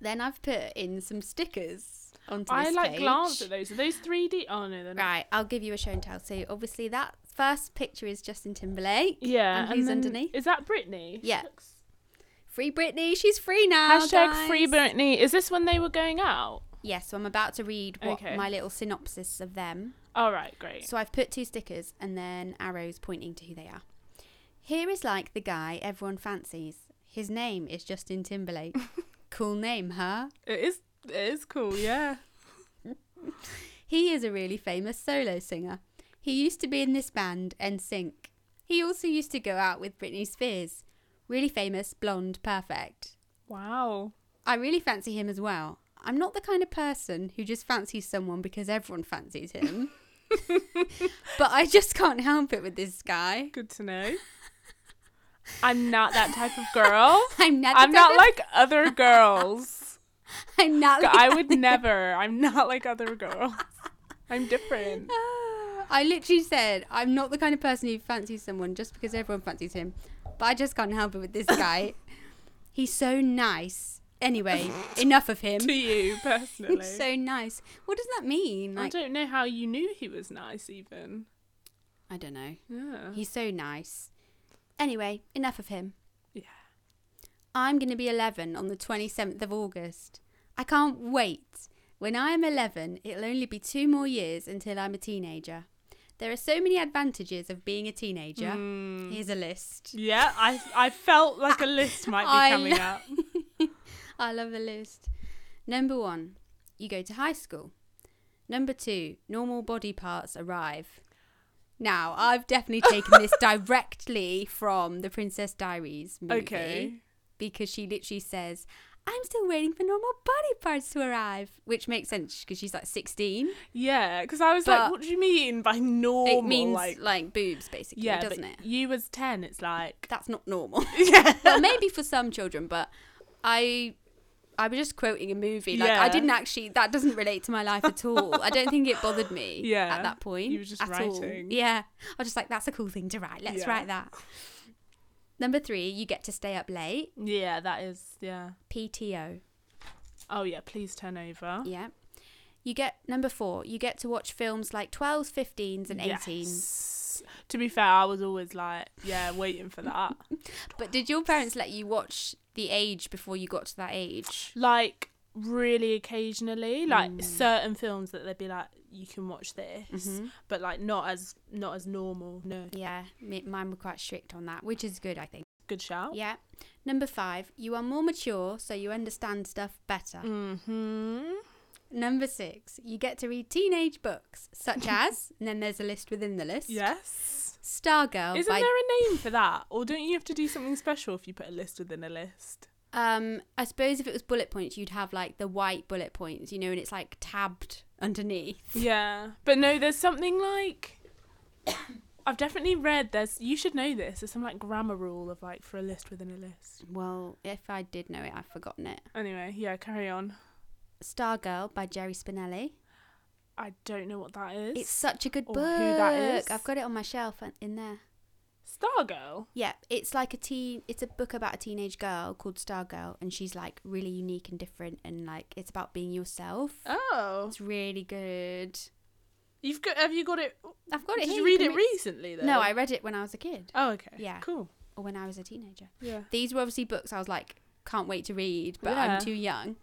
A: Then I've put in some stickers onto
B: I
A: this
B: like
A: page.
B: glanced at those. Are those 3D? Oh no, they're not.
A: Right, I'll give you a show and tell. So obviously that first picture is Justin Timberlake.
B: Yeah.
A: And who's
B: then-
A: underneath?
B: Is that Britney?
A: Yeah.
B: Looks-
A: Free Britney, she's free now.
B: Hashtag free
A: guys.
B: Britney. Is this when they were going out?
A: Yes, so I'm about to read what
B: Okay.
A: my little synopsis of them.
B: All right, great.
A: So I've put two stickers and then arrows pointing to who they are. Here is like the guy everyone fancies. His name is Justin Timberlake. cool name, huh?
B: It is. It is cool. Yeah.
A: He is a really famous solo singer. He used to be in this band, NSYNC. He also used to go out with Britney Spears. Really famous, blonde, perfect.
B: Wow.
A: I really fancy him as well. I'm not the kind of person who just fancies someone because everyone fancies him. but I just can't help it with this guy.
B: Good to know. I'm not that type of girl.
A: I'm not. the
B: I'm
A: type
B: not
A: of-
B: like other girls.
A: I'm not. Like
B: I would never. I'm not like other girls. I'm different.
A: Uh, I literally said I'm not the kind of person who fancies someone just because everyone fancies him. But I just can't help it with this guy. He's so nice. Anyway, enough of him.
B: To you personally.
A: He's so nice. What does that mean?
B: I
A: Like
B: don't know how you knew he was nice even.
A: I don't know.
B: Yeah.
A: He's so nice. Anyway, enough of him.
B: Yeah.
A: I'm going to be 11 on the 27th of August. I can't wait. When I am 11, it'll only be two more years until I'm a teenager. There are so many advantages of being a teenager.
B: Mm.
A: Here's a list.
B: Yeah, I I felt like a list might
A: I
B: be coming
A: lo-
B: up.
A: I love the list. Number one, you go to high school. Number two, normal body parts arrive. Now, I've definitely taken this directly from the Princess Diaries movie.
B: Okay.
A: because she literally says, I'm still waiting for normal body parts to arrive, which makes sense because she's like 16.
B: Yeah, because I was
A: But-
B: like, what do you mean by normal?
A: it means
B: like,
A: like, boobs, basically,
B: yeah,
A: doesn't it?
B: but you was ten. It's like,
A: That's not normal.
B: yeah,
A: well, maybe for some children, but I. I was just quoting a movie. Like I
B: Yeah.
A: didn't actually. That doesn't relate to my life at all. I don't think it bothered me.
B: Yeah.
A: At that point,
B: You were just
A: at all.
B: writing.
A: Yeah. I was just like, that's a cool thing to write. Let's
B: Yeah.
A: write that. Number three, you get to stay up late.
B: yeah, that is, yeah.
A: PTO.
B: Oh yeah, please turn over.
A: Yeah. You get number four, you get to watch films like 12s, 15s, and 18s.
B: Yes. To be fair, I was always like, yeah, waiting for that.
A: But did your parents let you watch the age before you got to that age?
B: like really occasionally, like
A: Mm.
B: certain films that they'd be like, you can watch this,
A: Mm-hmm.
B: but like not as not as normal. No,
A: Yeah, me- mine were quite strict on that, which is good, I think.
B: good shout.
A: Yeah. Number five, you are more mature, so you understand stuff better.
B: Mm. Hmm.
A: Number six, you get to read teenage books, such as, and then there's a list within the list
B: Yes.
A: Stargirl
B: Isn't
A: by
B: there a name for that, or don't you have to do something special if you put a list within a list?
A: Um, I suppose if it was bullet points, you'd have like the white bullet points, you know, and it's like tabbed underneath.
B: Yeah, but no, there's something like. I've definitely read there's you should know this. There's some like grammar rule of like for a list within a list.
A: Well, if I did know it, I've forgotten it.
B: Anyway, yeah, carry on.
A: Stargirl by Jerry Spinelli.
B: I don't know what that is.
A: It's such a good
B: Or
A: book.
B: who that is?
A: I've got it on my shelf and- in there.
B: Stargirl.
A: Yeah, it's like a teen. It's a book about a teenage girl called Stargirl, and she's like really unique and different, and like it's about being yourself.
B: Oh,
A: It's really good.
B: You've got have you got it?
A: I've got it.
B: Did
A: here,
B: you read
A: can
B: it recently though?
A: No, I read it when I was a kid
B: Oh, okay.
A: Yeah.
B: Cool.
A: or when I was a teenager.
B: Yeah.
A: These were obviously books I was like, can't wait to read, but
B: Yeah.
A: I'm too young.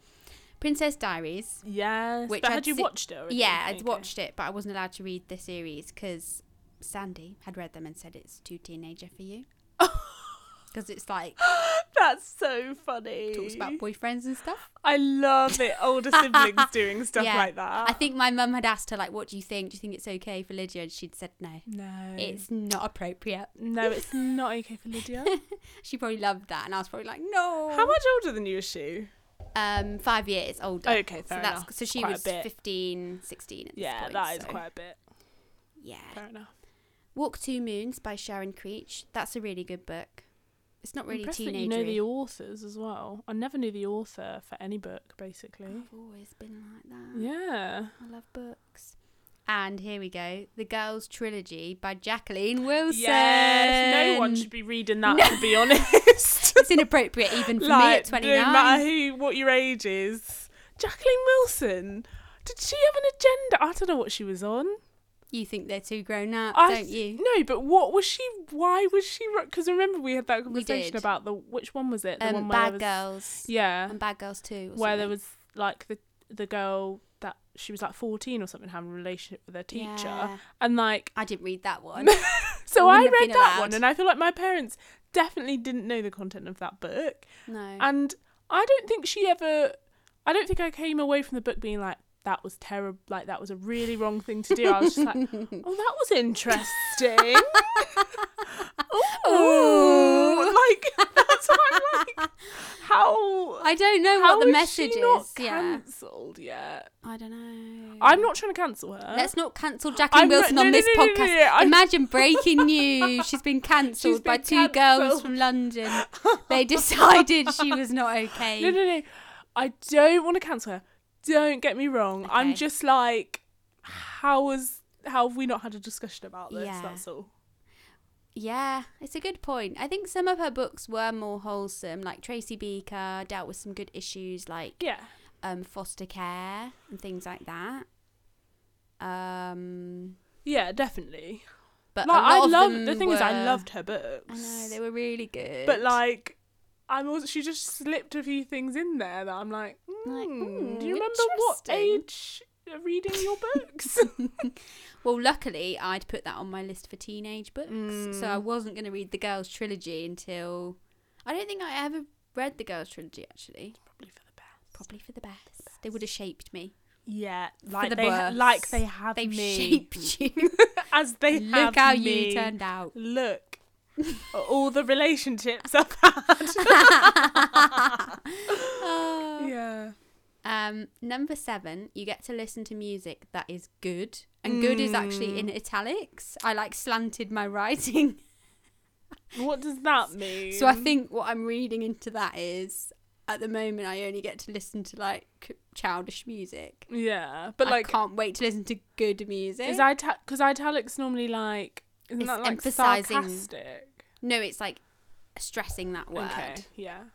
A: Princess Diaries.
B: Yes.
A: Which
B: but
A: I'd
B: had you
A: se-
B: watched it already?
A: Yeah, I'd
B: Okay.
A: watched it, but I wasn't allowed to read the series because Sandy had read them and said it's too teenager for you. Because it's like
B: That's so funny.
A: talks about boyfriends and stuff.
B: I love it. Older siblings doing stuff
A: Yeah.
B: like that.
A: I think my mum had asked her like, "What do you think? Do you think it's okay for Lydia?" And she'd said no.
B: No.
A: It's not appropriate.
B: no, it's not okay for Lydia.
A: She probably loved that, and I was probably like, "No."
B: How much older than you is she?
A: Um, five years older.
B: Okay, Oh, fair
A: so
B: enough.
A: so she
B: Quite a
A: was
B: bit.
A: 15, 16 at this
B: Yeah,
A: point,
B: that is
A: so-
B: quite a bit.
A: Yeah.
B: Fair enough.
A: Walk Two Moons by Sharon Creech. That's a really good book. It's not really
B: Impressed
A: teenager.
B: that you know the authors as well. I never knew the author for any book, basically.
A: I've always been like that.
B: Yeah.
A: I love books. And here we go, The Girls Trilogy by Jacqueline Wilson.
B: Yes. No one should be reading that, to be honest.
A: It's inappropriate even for me at twenty
B: No
A: nine.
B: matter who, what your age is. Jacqueline Wilson. Did she have an agenda? I don't know what she was on.
A: You think they're too grown up,
B: I
A: Uh, don't
B: th-
A: you?
B: No, but what was she? Why was she? Because remember we had that conversation
A: did.
B: about the which one was it? The one
A: Um,
B: where there
A: bad
B: was,
A: Girls
B: Yeah,
A: and Bad Girls Two. or
B: where there
A: something.
B: was like the the girl that she was like fourteen or something having a relationship with her teacher,
A: Yeah.
B: and like
A: I didn't read that one.
B: so
A: I
B: I,
A: wouldn't have
B: read
A: been
B: that
A: allowed.
B: one, and I feel like my parents definitely didn't know the content of that book,
A: No.
B: and I don't think she ever. I don't think I came away from the book being like that was terrible, like that was a really wrong thing to do. I was just like, oh, that was interesting.
A: Ooh.
B: Ooh, like that's what I'm like. How?
A: I don't know
B: how
A: what the
B: is
A: message
B: she not
A: is. Yeah.
B: cancelled yet?
A: I don't know.
B: I'm not trying to cancel her.
A: Let's not cancel Jacqueline
B: I'm not-
A: Wilson
B: no,
A: on
B: no,
A: this
B: no, no, no,
A: podcast.
B: no, I'm-
A: Imagine breaking news. She's been cancelled by
B: been
A: two girls
B: cancelled.
A: from London. They decided she was not okay.
B: no, no, no. I don't want to cancel her. Don't get me wrong. I'm
A: Okay.
B: just like, how is how have we not had a discussion about this?
A: Yeah.
B: That's all.
A: Yeah, it's a good point. I think some of her books were more wholesome, like Tracy Beaker dealt with some good issues like
B: Yeah.
A: um, foster care and things like that. Um,
B: Yeah, definitely.
A: but
B: Like
A: a lot
B: I
A: of
B: love
A: them
B: the thing is I
A: were-
B: loved her books.
A: I know they were really good.
B: But like, I'm also she just slipped a few things in there that I'm like,
A: Like,
B: "Hmm,
A: "Hmm,
B: do you remember what
A: interesting."
B: age are reading your books?
A: well, luckily I'd put that on my list for teenage books, so
B: Mm.
A: I wasn't going to read the Girls trilogy until I don't think I ever read the Girls trilogy actually.
B: Probably for the best.
A: Probably for the best. They would have shaped me.
B: Yeah, like
A: the
B: they ha-
A: worse.
B: like they have
A: They've
B: me
A: shaped you.
B: as they have
A: Look how
B: me.
A: you turned out.
B: Look, at all the relationships I've
A: Oh.
B: Yeah.
A: Um, number seven, you get to listen to music that is good, and good is
B: Mm.
A: actually in italics. I like slanted my writing,
B: What does that mean?
A: so I think what I'm reading into that is at the moment I only get to listen to like childish music,
B: Yeah, but like,
A: I can't wait to listen to good music.
B: is ita- because italics normally like isn't
A: It's
B: that like
A: emphasising-
B: sarcastic?
A: no, it's like stressing that word.
B: Okay. Yeah.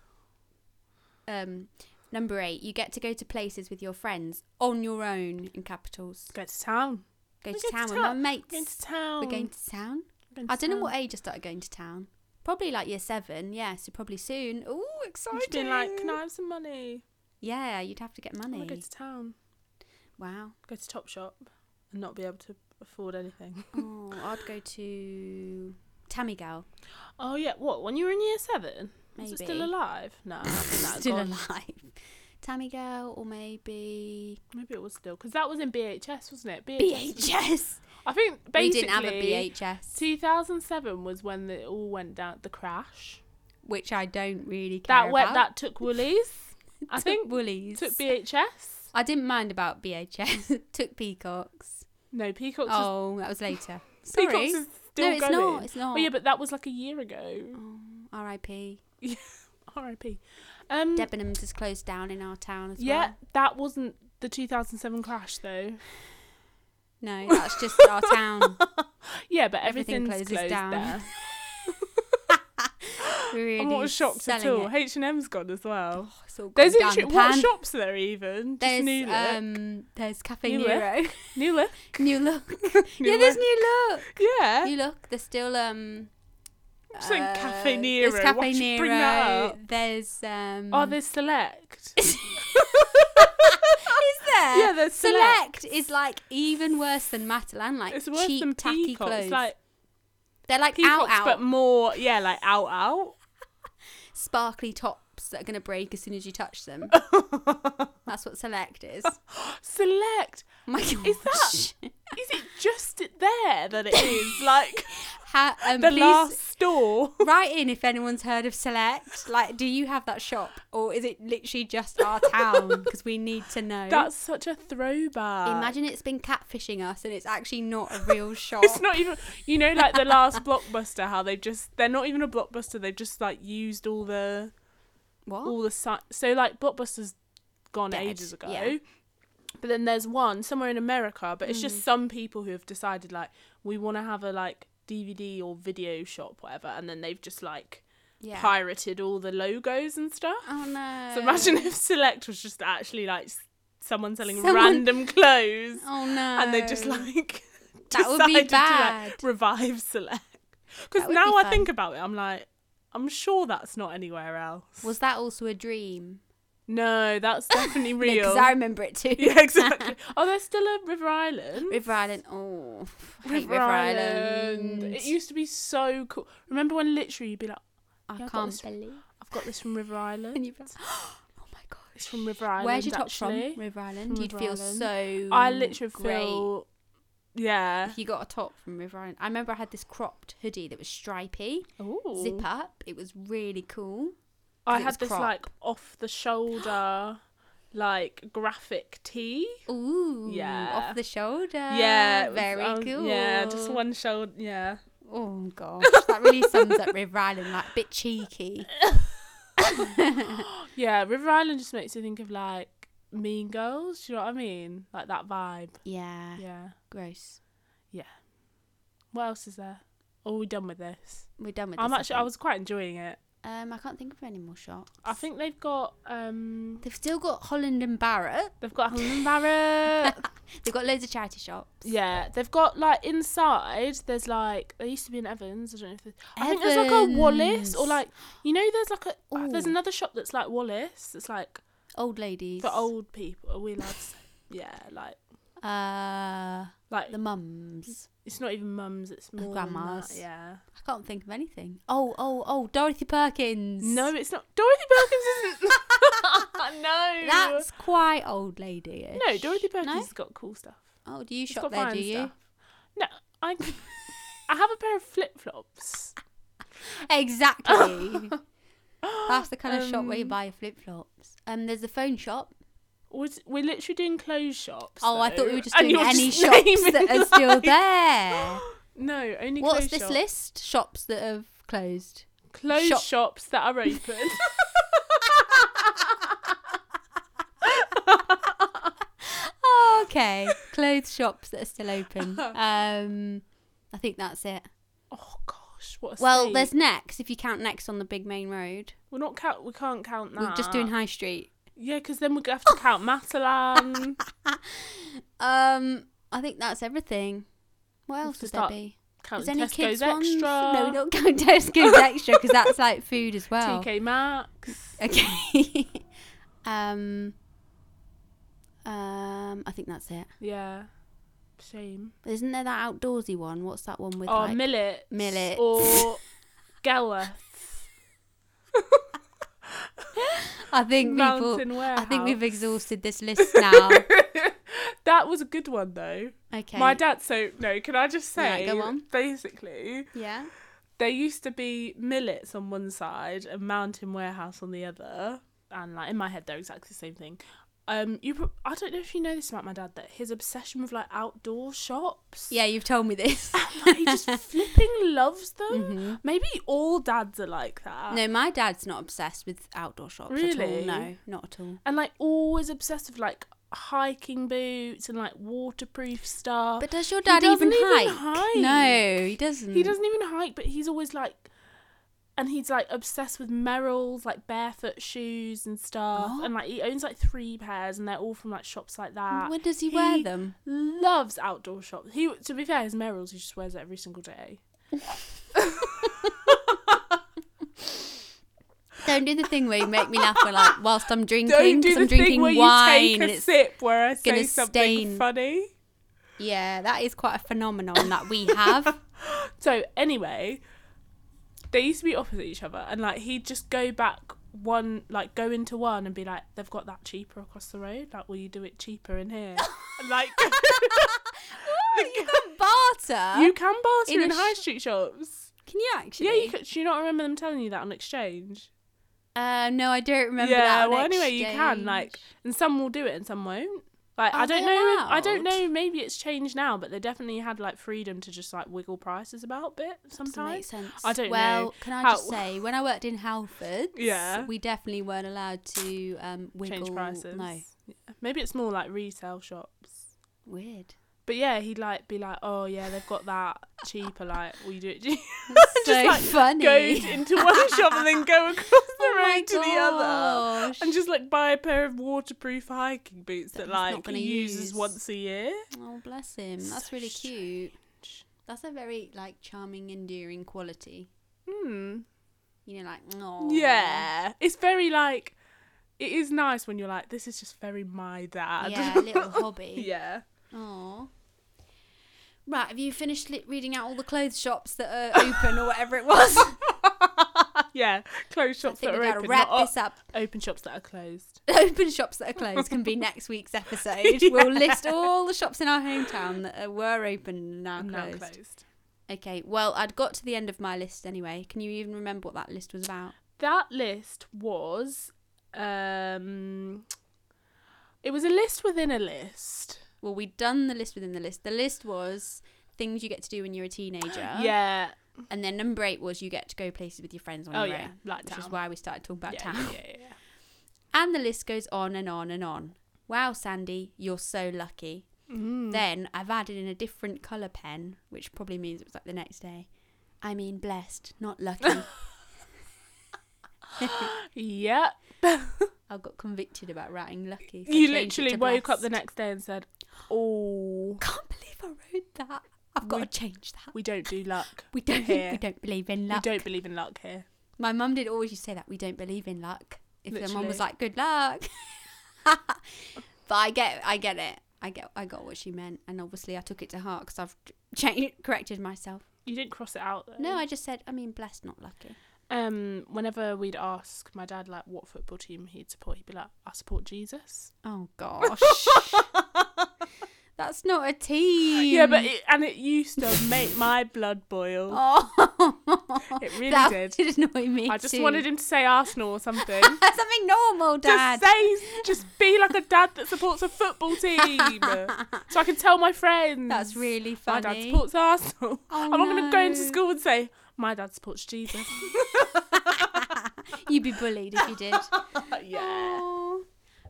A: Um, number eight, you get to go to places with your friends on your own in capitals.
B: Go to town.
A: Go
B: We
A: to town with my mates.
B: Going to town.
A: We're going to town.
B: Going to
A: I don't know
B: town.
A: what age I started going to town. Probably like year seven, yeah. So probably soon. Ooh, exciting!
B: Just being like, can I Oh have some money?
A: yeah, you'd have to get
B: I
A: money.
B: want to go to town,
A: wow.
B: go to Top Shop, and not be able to afford anything.
A: Oh, I'd go to Tamigal.
B: Oh yeah, what? When you were in year seven, was it still
A: Maybe.
B: alive? No, I think that had
A: Still
B: gone.
A: alive. Tamigal or maybe
B: Maybe it was still because that was in BHS, wasn't it?
A: BHS.
B: I think basically
A: we didn't have a BHS,
B: 2007 was when it all went down. The crash
A: which I don't really care
B: that went
A: about.
B: that took Woolies. I
A: Took
B: think
A: Woolies.
B: took BHS.
A: I didn't mind about BHS. took Peacocks.
B: No, Peacocks. was-
A: Oh, that was later. Sorry.
B: Peacocks is
A: no,
B: still
A: it's
B: going.
A: not. It's not.
B: Oh yeah, but that was like a year ago.
A: Oh, R.I.P.
B: R.I.P. Um,
A: Debenhams is closed down in our town as
B: yeah,
A: well.
B: that wasn't the 2007 crash though.
A: No, that's just our town.
B: Yeah, but
A: Everything closes
B: everything's closed
A: down.
B: there.
A: Really
B: I'm not shocked at
A: selling
B: all.
A: it.
B: H and M's gone as well.
A: Oh, it's all
B: There's
A: gone down
B: actually
A: the
B: what
A: pan.
B: shops are there even? Just
A: There's
B: new look.
A: um, there's Cafe
B: New
A: Nero,
B: Look. new look.
A: New Look.
B: New
A: yeah, there's New Look.
B: Yeah.
A: New Look. There's still um,
B: It's like Cafe Nero.
A: There's Cafe
B: Why should you
A: Nero.
B: bring that up?
A: There's um.
B: Oh, there's Select.
A: is there?
B: Yeah, there's
A: select.
B: Select.
A: is like even worse than Matalan. Like
B: it's worse
A: cheap,
B: than
A: tacky
B: Peacock.
A: clothes.
B: It's like
A: They're like out
B: Peacock's,
A: out
B: but more, yeah, like out out.
A: sparkly tops that are gonna break as soon as you touch them. That's what select is. Oh
B: Select.
A: My
B: Is that-
A: gosh.
B: Is it just there that it is? Like
A: Ha- um,
B: the
A: please
B: last store?
A: write in if anyone's heard of Select. Like, do you have that shop, or is it literally just our town? Because we need to know.
B: That's such a throwback.
A: Imagine it's been catfishing us, and it's actually not a real shop.
B: It's not even, you know, like the last blockbuster. How they just—they're not even a blockbuster. They've just like used all the
A: what?
B: all the si- so like blockbusters gone
A: Dead,
B: ages ago
A: yeah.
B: but then there's one somewhere in america but it's
A: Mm.
B: just some people who have decided like we want to have a like dvd or video shop whatever and then they've just like
A: Yeah.
B: pirated all the logos and stuff
A: Oh no.
B: so imagine if select was just actually like s- someone selling
A: Someone-
B: random clothes
A: Oh no.
B: and they just like
A: That would be
B: decided to
A: bad.
B: like revive select
A: That
B: because
A: would
B: now
A: be
B: i
A: fun.
B: think about it i'm like i'm sure that's not anywhere else
A: Was that also a dream?
B: no that's definitely real
A: Because I remember it too.
B: Yeah, exactly. oh, there's still a River Island.
A: River Island. Oh, I hate
B: River
A: River
B: Island.
A: Island.
B: It used to be so cool. Remember when literally you'd be like,
A: I
B: Yeah, I got
A: can't
B: this-
A: believe.
B: I've got this from River Island.
A: And you'd be like, oh my god.
B: It's from River Island.
A: Where's your top
B: actually.
A: from? River Island.
B: From
A: You'd
B: River
A: feel
B: Island.
A: so.
B: I literally
A: great.
B: feel. Yeah.
A: If you got a top from River Island, I remember I had this cropped hoodie that was stripy,
B: Ooh.
A: zip up. It was really cool.
B: I
A: it was
B: had this
A: crop.
B: like off the shoulder, like graphic tee.
A: Ooh,
B: Yeah.
A: off the shoulder.
B: yeah. it was-
A: Ah, very
B: I was-
A: cool.
B: Yeah, just one shoulder. Yeah.
A: Oh gosh, that really sums up River Island. Like bit cheeky.
B: Yeah, River Island just makes you think of like Mean Girls. Do you know what I mean? Like that vibe.
A: Yeah,
B: Yeah.
A: gross.
B: What else is there? Are we done with this?
A: We're done with.
B: I'm
A: this,
B: actually, I was quite enjoying it.
A: think. Um, I can't think of any more shots.
B: I think they've got, um,
A: they've still got Holland and Barrett.
B: they've got Helen and Barrett.
A: They've got loads of charity shops.
B: yeah, they've got like inside. There's like there used to be an Evans. I don't know if there's, I think there's like a Wallace or
A: Evans.
B: like you know there's like a uh, there's
A: Ooh.
B: another shop that's like Wallace. It's like
A: Old ladies.
B: for old people. Are we allowed? To say? Yeah, like
A: Uh,
B: like
A: the mums.
B: it's not even mums. It's more than that,
A: grandmas.
B: Yeah.
A: I can't think of anything. Oh, oh, oh, Dorothy Perkins.
B: No, it's not. Dorothy Perkins isn't. no.
A: That's quite old lady.
B: no. Dorothy Perkins has got cool stuff.
A: Oh, do you
B: She's
A: shop
B: got
A: there?
B: fine
A: Do you?
B: stuff. No, I. I have a pair of flip flops.
A: Exactly. That's the kind of shop where you
B: Um,
A: buy your flip flops. Um, there's the phone shop.
B: We're we're literally doing clothes shops.
A: Oh, I thought we
B: though,
A: were just
B: and
A: doing
B: you're
A: any
B: just
A: shops
B: naming,
A: that are still
B: like-
A: there.
B: No, only
A: What's
B: clothes
A: this
B: shops.
A: list? Shops that have closed.
B: Clothes
A: Shop-
B: shops that are open.
A: okay, clothes shops that are still open. Um, I think that's it.
B: oh gosh, what? A
A: Well,
B: state.
A: there's next if you count next on the big main road.
B: We're not count. We can't count that.
A: We're just doing Oh! high street.
B: Yeah, because then we're gonna have to count Matalan.
A: Um, I think that's everything. What else
B: to
A: would
B: start
A: there be?
B: count
A: Is there any
B: Tesco's
A: kids
B: extra.
A: ones? No, not count Tesco's extra because that's like food as well.
B: TK Maxx.
A: Okay. um. Um, I think that's it.
B: Yeah. Shame.
A: Isn't there that outdoorsy one? What's that one with
B: Oh,
A: like
B: millet.
A: millets.
B: Or Gelworth.
A: I think people.
B: Mountain Warehouse.
A: I think we've exhausted this list now.
B: That was a good one though.
A: Okay.
B: My dad. So no, can I just
A: Yeah,
B: say?
A: go on.
B: Basically,
A: yeah.
B: there used to be millets on one side and Mountain Warehouse on the other, and like in my head they're exactly the same thing. Um, you. pro- I don't know if you know this about my dad that his obsession with like outdoor shops.
A: Yeah, you've told me this.
B: Like, he just flipping loves them. Maybe all dads are like that.
A: Mm-hmm. no, my dad's not obsessed with outdoor shops at all.
B: Ah. Really?
A: No, not at all.
B: And like always obsessed with like hiking boots and like waterproof stuff.
A: But does your
B: Ah. He
A: dad even,
B: doesn't
A: hike?
B: hike.
A: No, he doesn't.
B: He doesn't even hike, but he's always like, and he's like obsessed with Merrell's like barefoot shoes and stuff,
A: What?
B: and like he owns like three pairs, and they're all from like shops like that.
A: When does he wear them?
B: Loves outdoor shops. He to be fair, his Merrell's he just wears it every single day.
A: Don't do the thing where you make me laugh when, like, whilst I'm
B: Don't
A: drinking, because
B: do the
A: I'm
B: thing
A: drinking
B: where
A: wine.
B: you
A: and
B: take a
A: it's,
B: sip where I
A: gonna
B: say something
A: stain.
B: funny.
A: yeah, that is quite a phenomenon that we have.
B: So anyway, they used to be opposite each other, and like he'd just go back one, like go into one and be like, "They've got that cheaper across the road. Like, will you do it cheaper in here?" And, like
A: Ooh, you can barter.
B: you can barter
A: In
B: in,
A: a
B: high
A: sh-
B: street shops.
A: can you actually?
B: Yeah, you could, do you not remember them telling you that on exchange?
A: Uh, no, I don't remember
B: yeah,
A: that. on
B: well, anyway, you can like,
A: exchange.
B: and some will do it and some won't. Like, I
A: Are
B: don't
A: they
B: know. if- I don't
A: allowed?
B: know. Maybe it's changed now, but they definitely had like freedom to just like wiggle prices about a bit
A: Doesn't make
B: sometimes.
A: sense.
B: I don't
A: well,
B: know
A: can I
B: how-
A: just say, when I worked in Halfords,
B: Yeah.
A: we definitely weren't allowed to um, wiggle.
B: Change prices.
A: No,
B: Yeah. Maybe it's more like retail shops.
A: weird.
B: But yeah, he'd like be like, "Oh yeah, they've got that cheaper." Like, will you do it? cheap?"
A: That's
B: just
A: so
B: like
A: funny.
B: go into one shop and then go across the
A: Oh my
B: road to the other,
A: gosh.
B: and just like buy a pair of waterproof hiking boots that,
A: That he's not
B: like
A: gonna
B: he uses
A: use.
B: once a year.
A: Oh, bless him. That's
B: So
A: really cute.
B: strange.
A: That's a very like charming, endearing quality.
B: Hmm.
A: You know, like oh
B: Yeah, it's very like it is nice when you're like, this is just very my dad.
A: yeah, little hobby.
B: yeah.
A: Oh. Right, have you finished li- reading out all the clothes shops that are open or whatever it was?
B: yeah, closed
A: I
B: shops
A: think
B: that
A: we
B: are
A: gotta
B: open,
A: wrap
B: not
A: this up.
B: open shops that are closed.
A: Open shops that are closed can be next week's episode. We'll list all the shops in our hometown that uh, were open and now
B: And
A: closed.
B: now closed.
A: Okay, well, I'd got to the end of my list anyway. Can you even remember what that list was about?
B: That list was, um, it was a list within a list.
A: Well, we'd done the list within the list. The list was things you get to do when you're a teenager.
B: Yeah.
A: And then number eight was you get to go places with your friends on
B: Oh
A: your
B: yeah.
A: own,
B: Like
A: which
B: town.
A: is why we started talking about
B: yeah,
A: town.
B: yeah, yeah, yeah.
A: And the list goes on and on and on. Wow, Sandy, you're so lucky.
B: Mm.
A: Then I've added in a different colour pen, which probably means it was like the next day. I mean, blessed, not lucky.
B: Yeah.
A: I got convicted about writing lucky. so I
B: You
A: changed it
B: literally
A: to
B: woke up the
A: blessed.
B: next day and said, "Oh,
A: Can't believe I wrote that. I've got
B: We-
A: to change that.
B: we don't do luck.
A: We don't.
B: Here.
A: We don't believe in luck.
B: We don't believe in luck here."
A: My mum did always used to say that we don't believe in luck. If someone was
B: Literally.
A: like, "Good luck," but I get, I get it. I get, I got what she meant, and obviously I took it to heart because I've changed, corrected myself.
B: You didn't cross it out though.
A: No, I just said, I mean, blessed, not lucky.
B: um, whenever we'd ask my dad like what football team he'd support, he'd be like, "I support Jesus."
A: Oh gosh, that's not a team.
B: Yeah, but it, and it used to make my blood boil.
A: oh,
B: It really
A: that
B: did.
A: did annoy me.
B: I just
A: too.
B: wanted him to say Arsenal or something.
A: something normal, Dad.
B: just say, just be like a dad that supports a football team, so I can tell my friends.
A: That's really
B: my
A: funny.
B: dad supports Arsenal.
A: Oh,
B: I'm not gonna go into
A: no.
B: school and say my dad supports Jesus.
A: You'd be bullied if you did.
B: yeah.
A: Aw.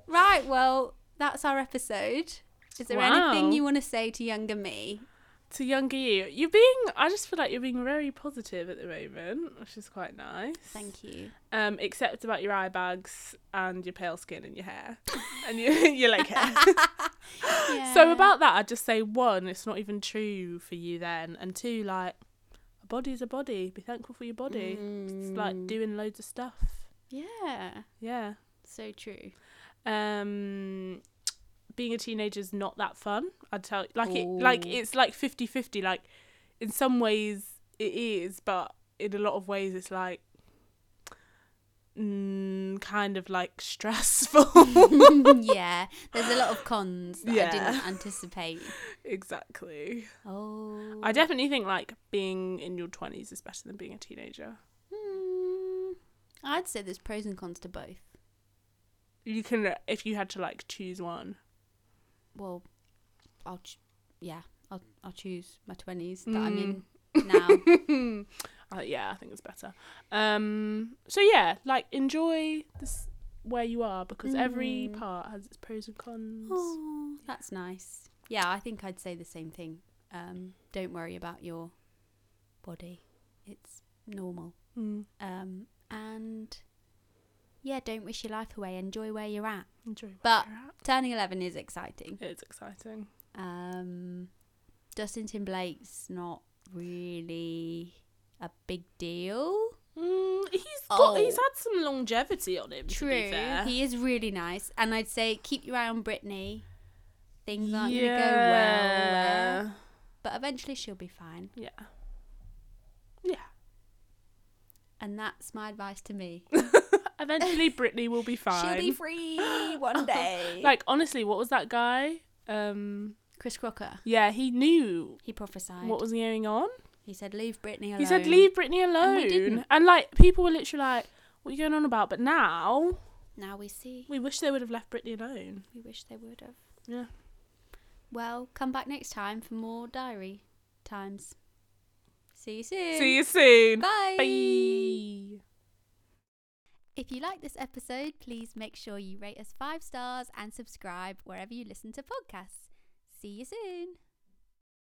A: Right, well, that's our episode. Is there anything
B: Wow.
A: you want to say to younger me?
B: To younger you, you're being. I just feel like you're being very positive at the moment, which is quite nice.
A: Thank you.
B: Um, except about your eye bags and your pale skin and your hair and your your leg hair. So
A: Yeah.
B: about that, I'd just say one, it's not even true for you then, and two, like a body's a body. Be thankful for your body. It's like
A: Mm.
B: doing loads of stuff.
A: Yeah,
B: Yeah.
A: so true.
B: Um, being a teenager's not that fun. I'd tell like it like
A: Ooh.
B: it's like 50-50. Like in some ways it is, but in a lot of ways it's like. Mm, kind of like stressful.
A: yeah, there's a lot of cons that I
B: Yeah.
A: didn't anticipate.
B: exactly.
A: Oh.
B: I definitely think like being in your twenties is better than being a teenager.
A: Hmm. I'd say there's pros and cons to both.
B: You can if you had to like choose one.
A: Well, I'll, ch- yeah, I'll, I'll choose my 20s that I'm
B: Mm.
A: in now.
B: Uh, yeah, I think it's better. Um, so yeah, like enjoy this where you are because every
A: Mhm.
B: part has its pros and cons.
A: Oh, that's nice. Yeah, I think I'd say the same thing. Um, don't worry about your body; it's normal.
B: Mm,
A: Um, and yeah, don't wish your life away. Enjoy where you're at.
B: enjoy where
A: But-
B: you're at.
A: Turning eleven is exciting.
B: It's exciting.
A: Um, Justin Timberlake's not really a big deal.
B: Mm, he's got got he's had some longevity on him. To be
A: Oh. True.
B: fair.
A: He is really nice. And I'd say keep your eye on Brittany. Things aren't going to go well, well.
B: yeah.
A: But eventually she'll be fine.
B: Yeah. Yeah.
A: And that's my advice to me.
B: Eventually, Britney will be fine.
A: She'll be free one day.
B: Like honestly, what was that guy? Um,
A: Chris Crocker,
B: yeah, he knew
A: he prophesied.
B: what was going on.
A: he said, leave Brittany alone.
B: He said, "Leave Britney
A: And we
B: alone,"
A: didn't.
B: and, like people were literally like, "What are you going on about?" But now
A: Now we see.
B: we wish they would have left Britney alone.
A: We wish they would have.
B: Yeah.
A: Well, come back next time for more diary times. See you soon.
B: See you soon.
A: Bye.
B: Bye.
A: If you like this episode, please make sure you rate us five stars and subscribe wherever you listen to podcasts. See you soon.